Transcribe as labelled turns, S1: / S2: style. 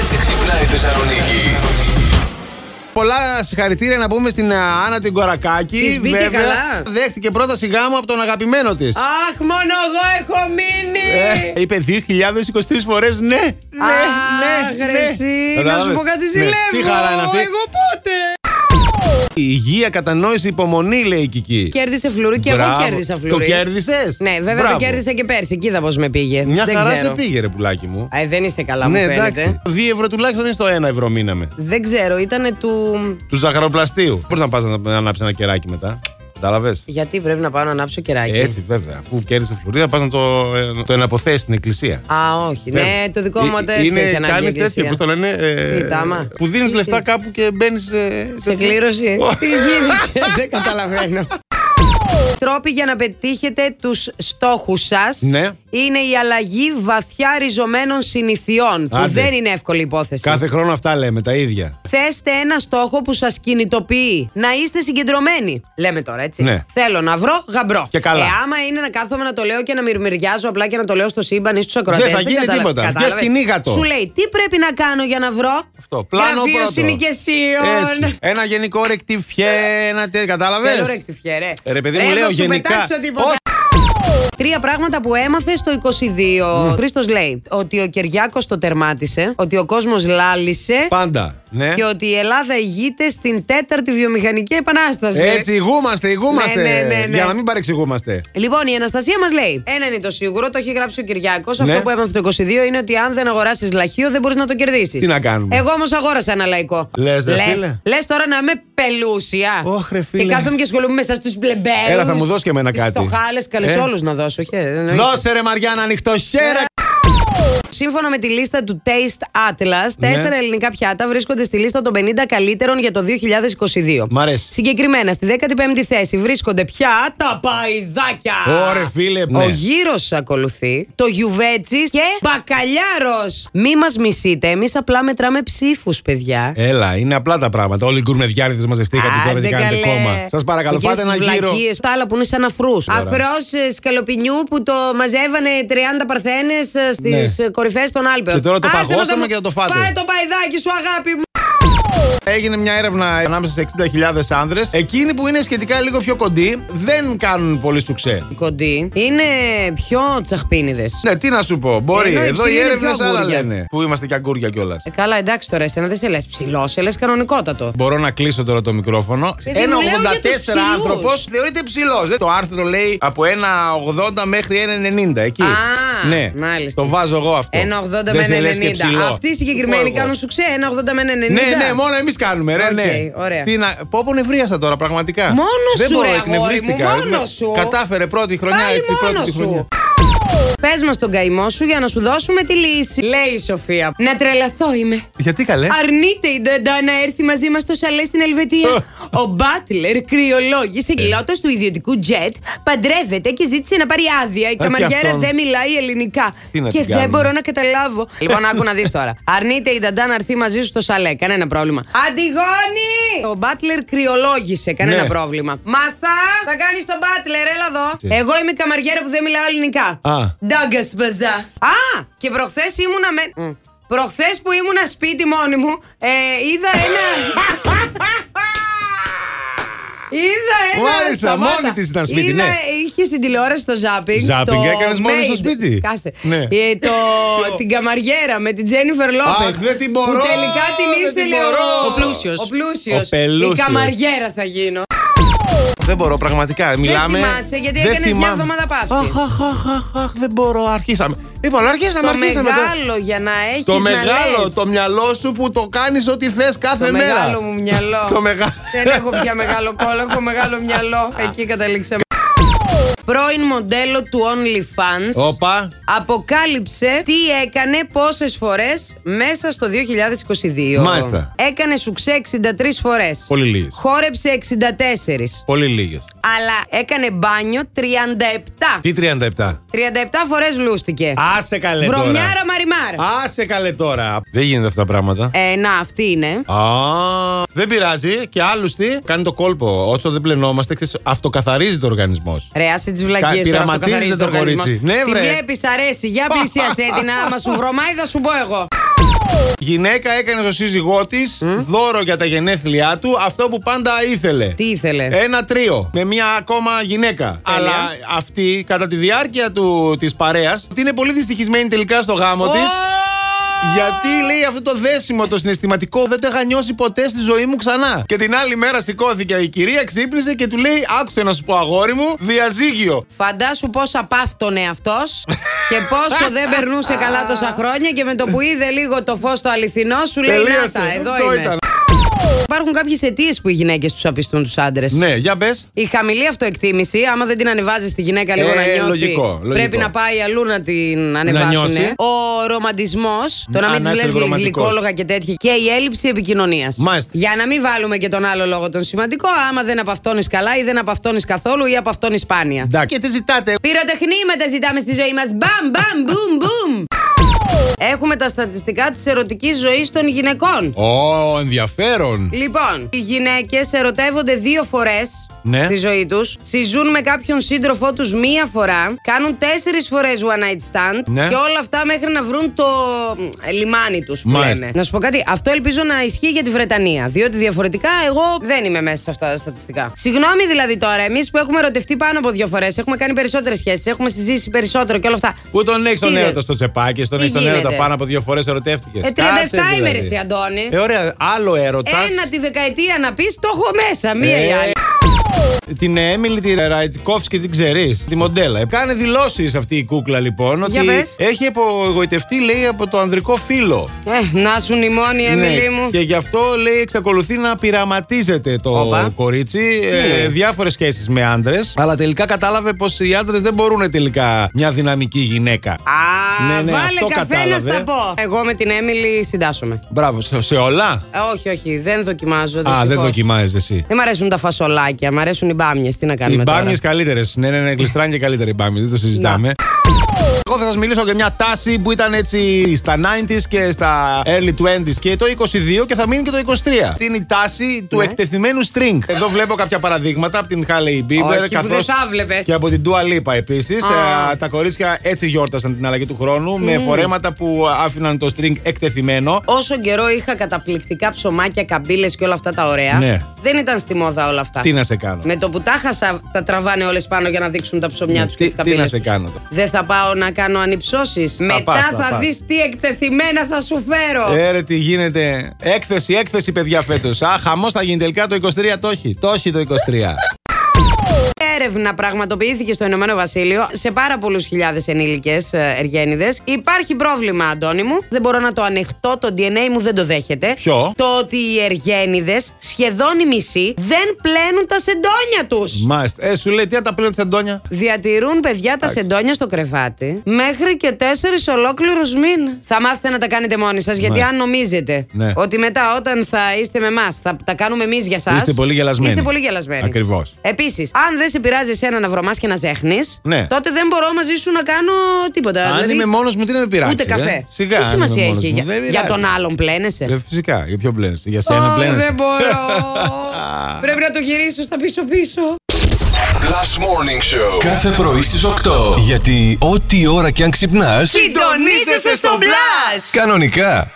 S1: έτσι ξυπνάει η Θεσσαλονίκη.
S2: Πολλά συγχαρητήρια να πούμε στην α, Άννα την Κορακάκη.
S3: Της μπήκε
S2: Βέβαια,
S3: καλά.
S2: δέχτηκε πρόταση γάμου από τον αγαπημένο της.
S3: Αχ, μόνο εγώ έχω μείνει!
S2: Ε, είπε 2023 φορές ναι, ναι,
S3: Αχ,
S2: ναι, ναι.
S3: ρε εσύ, να σου
S2: Κατάλαβες.
S3: πω κάτι
S2: Ναι.
S3: ζηλεύω.
S2: Τι χαρά είναι αυτή.
S3: Εγώ πότε.
S2: Η υγεία, κατανόηση, υπομονή, λέει η Κική.
S3: Κέρδισε φλουρί και εγώ
S2: Μπράβο.
S3: κέρδισα φλουρί.
S2: Το κέρδισες.
S3: Ναι, βέβαια το κέρδισα και πέρσι. Κοίτα πώς με πήγε.
S2: Μια
S3: δεν
S2: χαρά
S3: ξέρω.
S2: σε πήγε, ρε πουλάκι μου. Ναι,
S3: Α, ε, δεν είστε καλά, μου φαίνεται.
S2: Δύο ευρώ τουλάχιστον είναι στο ένα ευρώ μείναμε.
S3: Δεν ξέρω, ήταν του.
S2: Του ζαχαροπλαστείου. Πώς να πας να ανάψεις ένα κεράκι μετά. Κατάλαβες.
S3: Γιατί πρέπει να πάω να ανάψω κεράκι.
S2: Έτσι, βέβαια. Αφού κέρδισε φλουρίδα, πας να το, ε, να το εναποθέσεις στην εκκλησία.
S3: Α, όχι. Ναι, το δικό μου
S2: Ε,
S3: τέτοιο
S2: είναι,
S3: έχει ανάγκη. η
S2: Κάνεις τέτοιο,
S3: εκκλησία.
S2: πώς το λένε. ε,
S3: Τι, τάμα.
S2: που δίνεις
S3: Τι,
S2: λεφτά
S3: τι.
S2: κάπου και μπαίνεις. σε
S3: Σε κλήρωση. Τι γίνεται, δεν καταλαβαίνω. Τρόποι για να πετύχετε τους στόχους σας
S2: Ναι.
S3: είναι η αλλαγή βαθιά ριζωμένων συνηθιών που
S2: Άντε.
S3: δεν είναι εύκολη υπόθεση.
S2: Κάθε χρόνο αυτά λέμε τα ίδια.
S3: Θέστε ένα στόχο που σας κινητοποιεί. Να είστε συγκεντρωμένοι. Λέμε τώρα, έτσι.
S2: Ναι.
S3: Θέλω να βρω γαμπρό.
S2: Και καλά.
S3: Ε, άμα είναι να κάθομαι να το λέω και να μυρμηριάζω απλά και να το λέω στο σύμπαν ή στους ακροατές.
S2: Δεν θα γίνει τίποτα. Βγες σκηνή, γατό.
S3: Σου λέει, τι πρέπει να κάνω για να βρω.
S2: Αυτό. Πλάνο
S3: Γραφείο
S2: πρώτο.
S3: συνοικεσίων. Ε,
S2: Έτσι. Ένα γενικό ρεκτιφιέ, ένα τέτοιο.
S3: Θέλω
S2: Κατάλαβε.
S3: ρεκτιφιέ, ρε.
S2: Ε,
S3: Ε,
S2: Ρε, παιδί μου, λέω
S3: θα σου
S2: γενικά.
S3: πετάξω τίποτα.
S2: Όχι.
S3: Τρία πράγματα που έμαθε στο 22. Ο Χρήστος λέει ότι ο Κυριάκος το τερμάτισε, ότι ο κόσμος λάλησε
S2: Πάντα. Ναι.
S3: και ότι η Ελλάδα ηγείται στην τέταρτη βιομηχανική επανάσταση.
S2: Έτσι, ηγούμαστε, ηγούμαστε.
S3: Ναι, ναι, ναι, ναι.
S2: Για να μην παρεξηγούμαστε.
S3: Λοιπόν, η Αναστασία μας λέει: Ένα είναι το σίγουρο, το έχει γράψει ο Κυριάκος.
S2: Ναι.
S3: Αυτό που έμαθε το 22 είναι ότι αν δεν αγοράσεις λαχείο, δεν μπορείς να το κερδίσεις.
S2: Τι να κάνουμε.
S3: Εγώ όμως αγόρασα ένα λαϊκό.
S2: Λες, ρε,
S3: λες,
S2: φίλε.
S3: λες τώρα να είμαι πελούσια.
S2: Ωχ, ρε, φίλε.
S3: Και κάθομαι και ασχολούμαι μέσα στους μπλεμπέρου.
S2: Έλα, θα μου δώσεις και εμένα κάτι.
S3: Στο χάλε, καλέ
S2: Ε.
S3: όλους να δώσω. χε, δεν εννοείται. Ναι.
S2: Δώσε ρε Μαριάννα, ανοιχτό χέρα.
S3: Σύμφωνα με τη λίστα του Taste Atlas,
S2: Ναι.
S3: τέσσερα ελληνικά πιάτα βρίσκονται στη λίστα των 50 καλύτερων για το 2022.
S2: Μ' αρέσει.
S3: Συγκεκριμένα, στη 15η θέση βρίσκονται πια τα παϊδάκια.
S2: Ωρε, φίλε, ναι.
S3: Ο γύρο ακολουθεί, το γιουβέτσις και μπακαλιάρος. Μη μας μισείτε, εμείς απλά μετράμε ψήφους, παιδιά.
S2: Έλα, είναι απλά τα πράγματα. Όλοι οι γκουρμεδιάριδες μαζευτήκατε Ε, τώρα
S3: Άντε
S2: και κάνετε
S3: καλέ.
S2: κόμμα. Σας παρακαλώ,
S3: Εκείνες
S2: πάτε ένα
S3: τις
S2: γύρο.
S3: βλακίες, Τα άλλα που είναι σαν αφρούς.
S2: Τώρα.
S3: Αφρός σκαλοπινιού που το μαζεύανε ε, 30 παρθένε στις
S2: Ναι.
S3: κορυφέ των Άλπαιων.
S2: Και τώρα το
S3: Άσε με
S2: παγώσαμε
S3: μου-
S2: και θα το φάτε.
S3: Φάε το παϊδάκι σου, αγάπη μου.
S2: Έγινε μια έρευνα ανάμεσα σε 60.000 άνδρες. Εκείνοι που είναι σχετικά λίγο πιο κοντοί δεν κάνουν πολύ σουξέ.
S3: Κοντή είναι πιο τσαχπίνιδες.
S2: Ναι, τι να σου πω. Μπορεί.
S3: Ενώ οι
S2: Εδώ
S3: ψηλοί
S2: οι
S3: είναι
S2: έρευνες
S3: πιο
S2: άλλα
S3: αγγούρια.
S2: λένε. Που είμαστε και αγκούρια κιόλας.
S3: Ε, καλά, εντάξει τώρα, εσένα δεν σε λες ψηλός, σε λες κανονικότατο.
S2: Μπορώ να κλείσω τώρα το μικρόφωνο.
S3: Παιδί μου, λέω για τους ψηλούς.
S2: άνθρωπος θεωρείται ψηλός. Το άρθρο λέει από 1,80 μέχρι 1,90. Εκεί.
S3: Α,
S2: ναι.
S3: μάλιστα.
S2: Το βάζω εγώ αυτό.
S3: 1,80
S2: Δεν σε
S3: με
S2: λες και
S3: 90.
S2: ψηλό.
S3: Αυτοί οι συγκεκριμένοι
S2: Εγώ.
S3: κάνουν σουξέ 1,80 με 90.
S2: Ναι, ναι, μόνο εμείς κάνουμε, ρε,
S3: Οκ,
S2: ναι.
S3: ωραία.
S2: Τι να... Πω, πω, νευρίασα τώρα, πραγματικά.
S3: Μόνος
S2: Δεν
S3: σου,
S2: μπορώ,
S3: ρε,
S2: εκνευρίστηκα.
S3: αγόρι μου, μόνος σου.
S2: Κατάφερε πρώτη χρονιά,
S3: Πάλι
S2: έτσι,
S3: μόνο
S2: πρώτη τη χρονιά.
S3: σου. Πες μας τον καημό σου για να σου δώσουμε τη λύση. Λέει η Σοφία. Να τρελαθώ είμαι.
S2: Γιατί καλέ.
S3: Αρνείται η Νταντά να έρθει μαζί μας στο σαλέ στην Ελβετία.
S2: Ε.
S3: Ο Μπάτλερ κρυολόγησε πιλότο του ιδιωτικού τζετ, παντρεύεται και ζήτησε να πάρει άδεια. Η
S2: Ε, και
S3: καμαριέρα
S2: αυτόν.
S3: δεν μιλάει ελληνικά.
S2: Τι να
S3: Και
S2: την
S3: δεν
S2: κάνουμε.
S3: μπορώ να καταλάβω. Λοιπόν, άκου να δεις τώρα. Αρνείται η Νταντά να έρθει μαζί σου στο σαλέ. Κανένα πρόβλημα. Αντιγόνη! Ο Μπάτλερ κρυολόγησε. Κανένα
S2: Ναι.
S3: πρόβλημα. Μαθά! Θα κάνεις τον Μπάτλερ, έλα εδώ.
S2: Τι.
S3: Εγώ είμαι η καμαριέρα που δεν μιλάω ελληνικά.
S2: Α.
S3: Ντάγκας μπαζά. Α! Και προχθές ήμουνα με. Μ. Προχθές που ήμουνα σπίτι μόνη μου, ε, είδα ένα. είδα ένα.
S2: Μάλιστα,
S3: σταμάτα.
S2: μόνη της ήταν σπίτι, ναι.
S3: Είχε στην τηλεόραση το ζάπινγκ.
S2: Ζάπινγκ
S3: το
S2: έκανες μόνη στο
S3: Made.
S2: σπίτι.
S3: Κάσε.
S2: Ναι.
S3: Ε, το, την καμαριέρα με την Τζένιφερ Λόπες.
S2: Αχ, δεν την μπορώ,
S3: Που τελικά την
S2: δεν την
S3: ήθελε
S2: μπορώ.
S3: ο,
S2: Ο πλούσιος.
S3: Ο πλούσιος.
S2: Ο πελούσιος.
S3: Η καμαριέρα θα γίνω.
S2: Δεν μπορώ, πραγματικά. Μιλάμε.
S3: θυμάσαι, γιατί
S2: Δεν
S3: έκανες μια
S2: θυμάμαι.
S3: εβδομάδα παύση.
S2: Αχ, αχ, αχ, αχ, αχ, δεν μπορώ. Αρχίσαμε. Λοιπόν, αρχίσαμε,
S3: Το
S2: αρχίσαμε. τώρα.
S3: μεγάλο για να έχεις.
S2: Το μεγάλο, το μυαλό σου που το κάνεις ό,τι θες κάθε
S3: Το
S2: μέρα.
S3: μεγάλο μου μυαλό.
S2: το μεγάλο.
S3: Δεν έχω πια μεγάλο κόλλο, έχω μεγάλο μυαλό. Εκεί καταλήξαμε. Πρώην μοντέλο του OnlyFans
S2: Όπα.
S3: αποκάλυψε τι έκανε πόσες φορές μέσα στο 2022.
S2: Μάλιστα.
S3: Έκανε σουξέ 63 φορές.
S2: Πολύ λίγες.
S3: Χόρεψε 64.
S2: Πολύ λίγες.
S3: Αλλά έκανε μπάνιο 37.
S2: Τι 37.
S3: 37 φορές λούστηκε.
S2: Άσε καλέ τώρα.
S3: Βρωμιάρα μαριμάρ.
S2: Άσε καλέ τώρα. Δεν γίνεται αυτά τα πράγματα.
S3: Ε, να, αυτή είναι.
S2: Α, δεν πειράζει. Και άλλου τι. Κάνει το κόλπο. Όσο δεν πλενόμαστε, ξέρεις, αυτοκαθαρίζει το οργανισμός.
S3: Ρε, άσε τις βλακίες
S2: Κα-
S3: τώρα. Αυτό
S2: πειραματίζεται
S3: καθαρίζει
S2: το
S3: το οργανισμό.
S2: κορίτσι. Ναι,
S3: Τη
S2: βρε.
S3: βλέπει, αρέσει. Για πλησίασέ την. Άμα σου βρωμάει, θα σου πω εγώ.
S2: Γυναίκα έκανε στο σύζυγό της δώρο για τα γενέθλιά του αυτό που πάντα ήθελε.
S3: Τι ήθελε.
S2: Ένα τρίο με μια ακόμα γυναίκα.
S3: Τέλεια.
S2: Αλλά αυτή κατά τη διάρκεια του, της παρέας ότι είναι πολύ δυστυχισμένη τελικά στο γάμο της γιατί λέει αυτό το δέσιμο το συναισθηματικό δεν το είχα νιώσει ποτέ στη ζωή μου ξανά. Και την άλλη μέρα σηκώθηκε η κυρία, ξύπνησε και του λέει: Άκουσε να σου πω, αγόρι μου, διαζύγιο.
S3: Φαντάσου πόσα πάφτωνε αυτός και πόσο δεν περνούσε καλά τόσα χρόνια και με το που είδε λίγο το φως το αληθινό σου λέει Να τα, εδώ
S2: Αυτό
S3: είμαι.
S2: ήταν.
S3: Υπάρχουν κάποιες αιτίες που οι γυναίκες τους απιστούν τους άντρες.
S2: Ναι, για πες.
S3: Η χαμηλή αυτοεκτίμηση, άμα δεν την ανεβάζεις τη γυναίκα λίγο
S2: Ε,
S3: να νιώθει.
S2: λογικό, λογικό.
S3: Πρέπει να πάει αλλού να την ανεβάσουν.
S2: νιώσει.
S3: Ο ρομαντισμός, το να
S2: Α,
S3: μην
S2: να
S3: της
S2: είσαι
S3: λες
S2: ρομαντικός.
S3: γλυκόλογα και τέτοια. Και η έλλειψη επικοινωνίας.
S2: Μάλιστα.
S3: Για να μην βάλουμε και τον άλλο λόγο τον σημαντικό, άμα δεν απαυτώνεις καλά ή δεν απαυτώνεις καθόλου ή απαυτώνεις σπάνια.
S2: Και τι ζητάτε.
S3: Πυροτεχνήματα ζητάμε στη ζωή μας Μπαμ, μπαμ, μπουμ, μπουμ. Έχουμε τα στατιστικά της ερωτικής ζωής των γυναικών.
S2: Ω, ενδιαφέρον.
S3: Λοιπόν, οι γυναίκες ερωτεύονται δύο φορές
S2: Ναι.
S3: στη ζωή τους, συζούν με κάποιον σύντροφό τους μία φορά, κάνουν τέσσερις φορές one night stand
S2: Ναι.
S3: και όλα αυτά μέχρι να βρουν το μ, λιμάνι τους που
S2: Μάλιστα.
S3: λέμε. Να σου πω κάτι, αυτό ελπίζω να ισχύει για τη Βρετανία, διότι διαφορετικά εγώ δεν είμαι μέσα σε αυτά τα στατιστικά. Συγγνώμη δηλαδή τώρα, εμείς που έχουμε ερωτευτεί πάνω από δύο φορές, έχουμε κάνει περισσότερες σχέσεις, έχουμε συζήσει περισσότερο και όλα αυτά.
S2: Που τον έχει τον
S3: Τι
S2: έρωτα
S3: δεν-
S2: στο τσεπάκι, στον
S3: Τι
S2: έχει τον έρωτα
S3: γίνεται?
S2: πάνω από δύο φορές ερωτεύτηκες.
S3: Ε, 37 είμαι, ρε, εσύ, Αντώνη.
S2: Ε, ωραία. Άλλο έρωτας.
S3: Ένα τη δεκαετία να πεις, το έχω μέσα, μία
S2: Ε,
S3: ή άλλη.
S2: Την Έμιλι τη Ραϊτικόφσκη την ξέρεις. Τη μοντέλα. Ε, Κάνει δηλώσεις αυτή η κούκλα λοιπόν. Ότι
S3: Για πες.
S2: έχει απογοητευτεί λέει από το ανδρικό φίλο.
S3: Ε, να σου νημώνει, Έμιλη
S2: Ναι,
S3: μου.
S2: Και γι' αυτό λέει εξακολουθεί να πειραματίζεται το
S3: Όπα.
S2: κορίτσι. Ε,
S3: Ναι.
S2: Διάφορες σχέσεις με άντρες. Αλλά τελικά κατάλαβε πως οι άντρες δεν μπορούν τελικά μια δυναμική γυναίκα.
S3: Α,
S2: Ναι, ναι,
S3: βάλε
S2: αυτό
S3: καφέ να
S2: κατάλαβε.
S3: στα πω. Εγώ με την Έμιλη συντάσσομαι.
S2: Μπράβο, σε, σε όλα.
S3: Ε, όχι, όχι, δεν δοκιμάζω.
S2: Α, δεν
S3: δυστυχώς.
S2: δοκιμάζεσαι εσύ.
S3: Δεν μ' αρέσουν τα φασολάκια, μ' αρέσουν οι μπάμιες. Τι να
S2: Οι
S3: κάνουμε
S2: μπάμιες
S3: τώρα.
S2: καλύτερες. Ναι, ναι, ναι, γλιστράνε και καλύτερα οι μπάμιες. Δεν το συζητάμε. Εγώ θα σας μιλήσω για μια τάση που ήταν έτσι στα 90s και στα early 20s και το 22 και θα μείνει και το 23. Αυτή είναι η τάση του
S3: Ναι.
S2: εκτεθειμένου string. Εδώ βλέπω κάποια παραδείγματα από την Harley Bieber.
S3: Όχι, που δεν θα βλέπες.
S2: Και από την Dua Lipa επίσης.
S3: Α.
S2: τα κορίτσια έτσι γιόρτασαν την αλλαγή του χρόνου με φορέματα που άφηναν το string εκτεθειμένο.
S3: Όσο καιρό είχα καταπληκτικά ψωμάκια, καμπύλες και όλα αυτά τα ωραία,
S2: Ναι.
S3: δεν ήταν στη μόδα όλα αυτά.
S2: Τι να σε κάνω.
S3: Με το που τα χάσα, τα τραβάνε όλες πάνω για να δείξουν τα ψωμιά
S2: Ναι,
S3: τους και
S2: τι-
S3: τις
S2: τι
S3: καμπύλε.
S2: να σε κάνω τώρα.
S3: Δεν θα πάω να κάνω ανυψώσεις. Μετά
S2: πας, θα
S3: θα,
S2: πας. Ε,
S3: δεις τι εκτεθειμένα θα σου φέρω.
S2: Έρε τι γίνεται. Έκθεση, έκθεση, παιδιά φέτος. Α, χαμός θα γίνει τελικά το 23. Το έχει. Το έχει το 23.
S3: Έρευνα πραγματοποιήθηκε στο Ηνωμένο Βασίλειο σε πάρα πολλούς χιλιάδες ενήλικες εργένιδε. ε, Υπάρχει πρόβλημα, Αντώνη μου. Δεν μπορώ να το ανεχτώ. Το DNA μου δεν το δέχεται.
S2: Ποιο?
S3: Το ότι οι εργένιδες, σχεδόν οι μισοί, δεν πλένουν τα σεντόνια τους.
S2: Μάλιστα. Ε, σου λέει τι να τα πλέον τη Αντώνια.
S3: Διατηρούν παιδιά τα σεντόνια στο κρεβάτι μέχρι και τέσσερις ολόκληρους μήνες. Θα μάθετε να τα κάνετε μόνοι σας, γιατί
S2: Ναι.
S3: αν νομίζετε
S2: Ναι.
S3: ότι μετά όταν θα είστε με εμάς, θα τα κάνουμε εμείς για εσά.
S2: Είστε πολύ γελασμένοι.
S3: Είστε πολύ γελασμένοι.
S2: Ακριβώς.
S3: Επίσης, αν δεν σε πειράζει εσένα να βρωμά και να ζέχνεις,
S2: Ναι.
S3: τότε δεν μπορώ μαζί σου να κάνω τίποτα.
S2: Αν
S3: δηλαδή,
S2: είμαι μόνος μου, τι να με πειράξεις.
S3: Ούτε
S2: ε?
S3: καφέ.
S2: Σιγά.
S3: Τι
S2: αν
S3: σημασία
S2: είμαι μόνος
S3: έχει
S2: μου,
S3: για,
S2: δεν
S3: για
S2: πειράζει.
S3: τον άλλον, πλένεσαι.
S2: Ε, φυσικά. Για ποιον πλένεσαι. Για σένα
S3: Ω,
S2: πλένεσαι.
S3: δεν μπορώ. Πρέπει να το γυρίσω στα πίσω-πίσω.
S1: Last Morning Show.
S4: Κάθε πρωί στις 8. Γιατί ό,τι ώρα κι αν ξυπνάς,
S3: Συντονίζεσαι στο μπλα!
S4: κανονικά.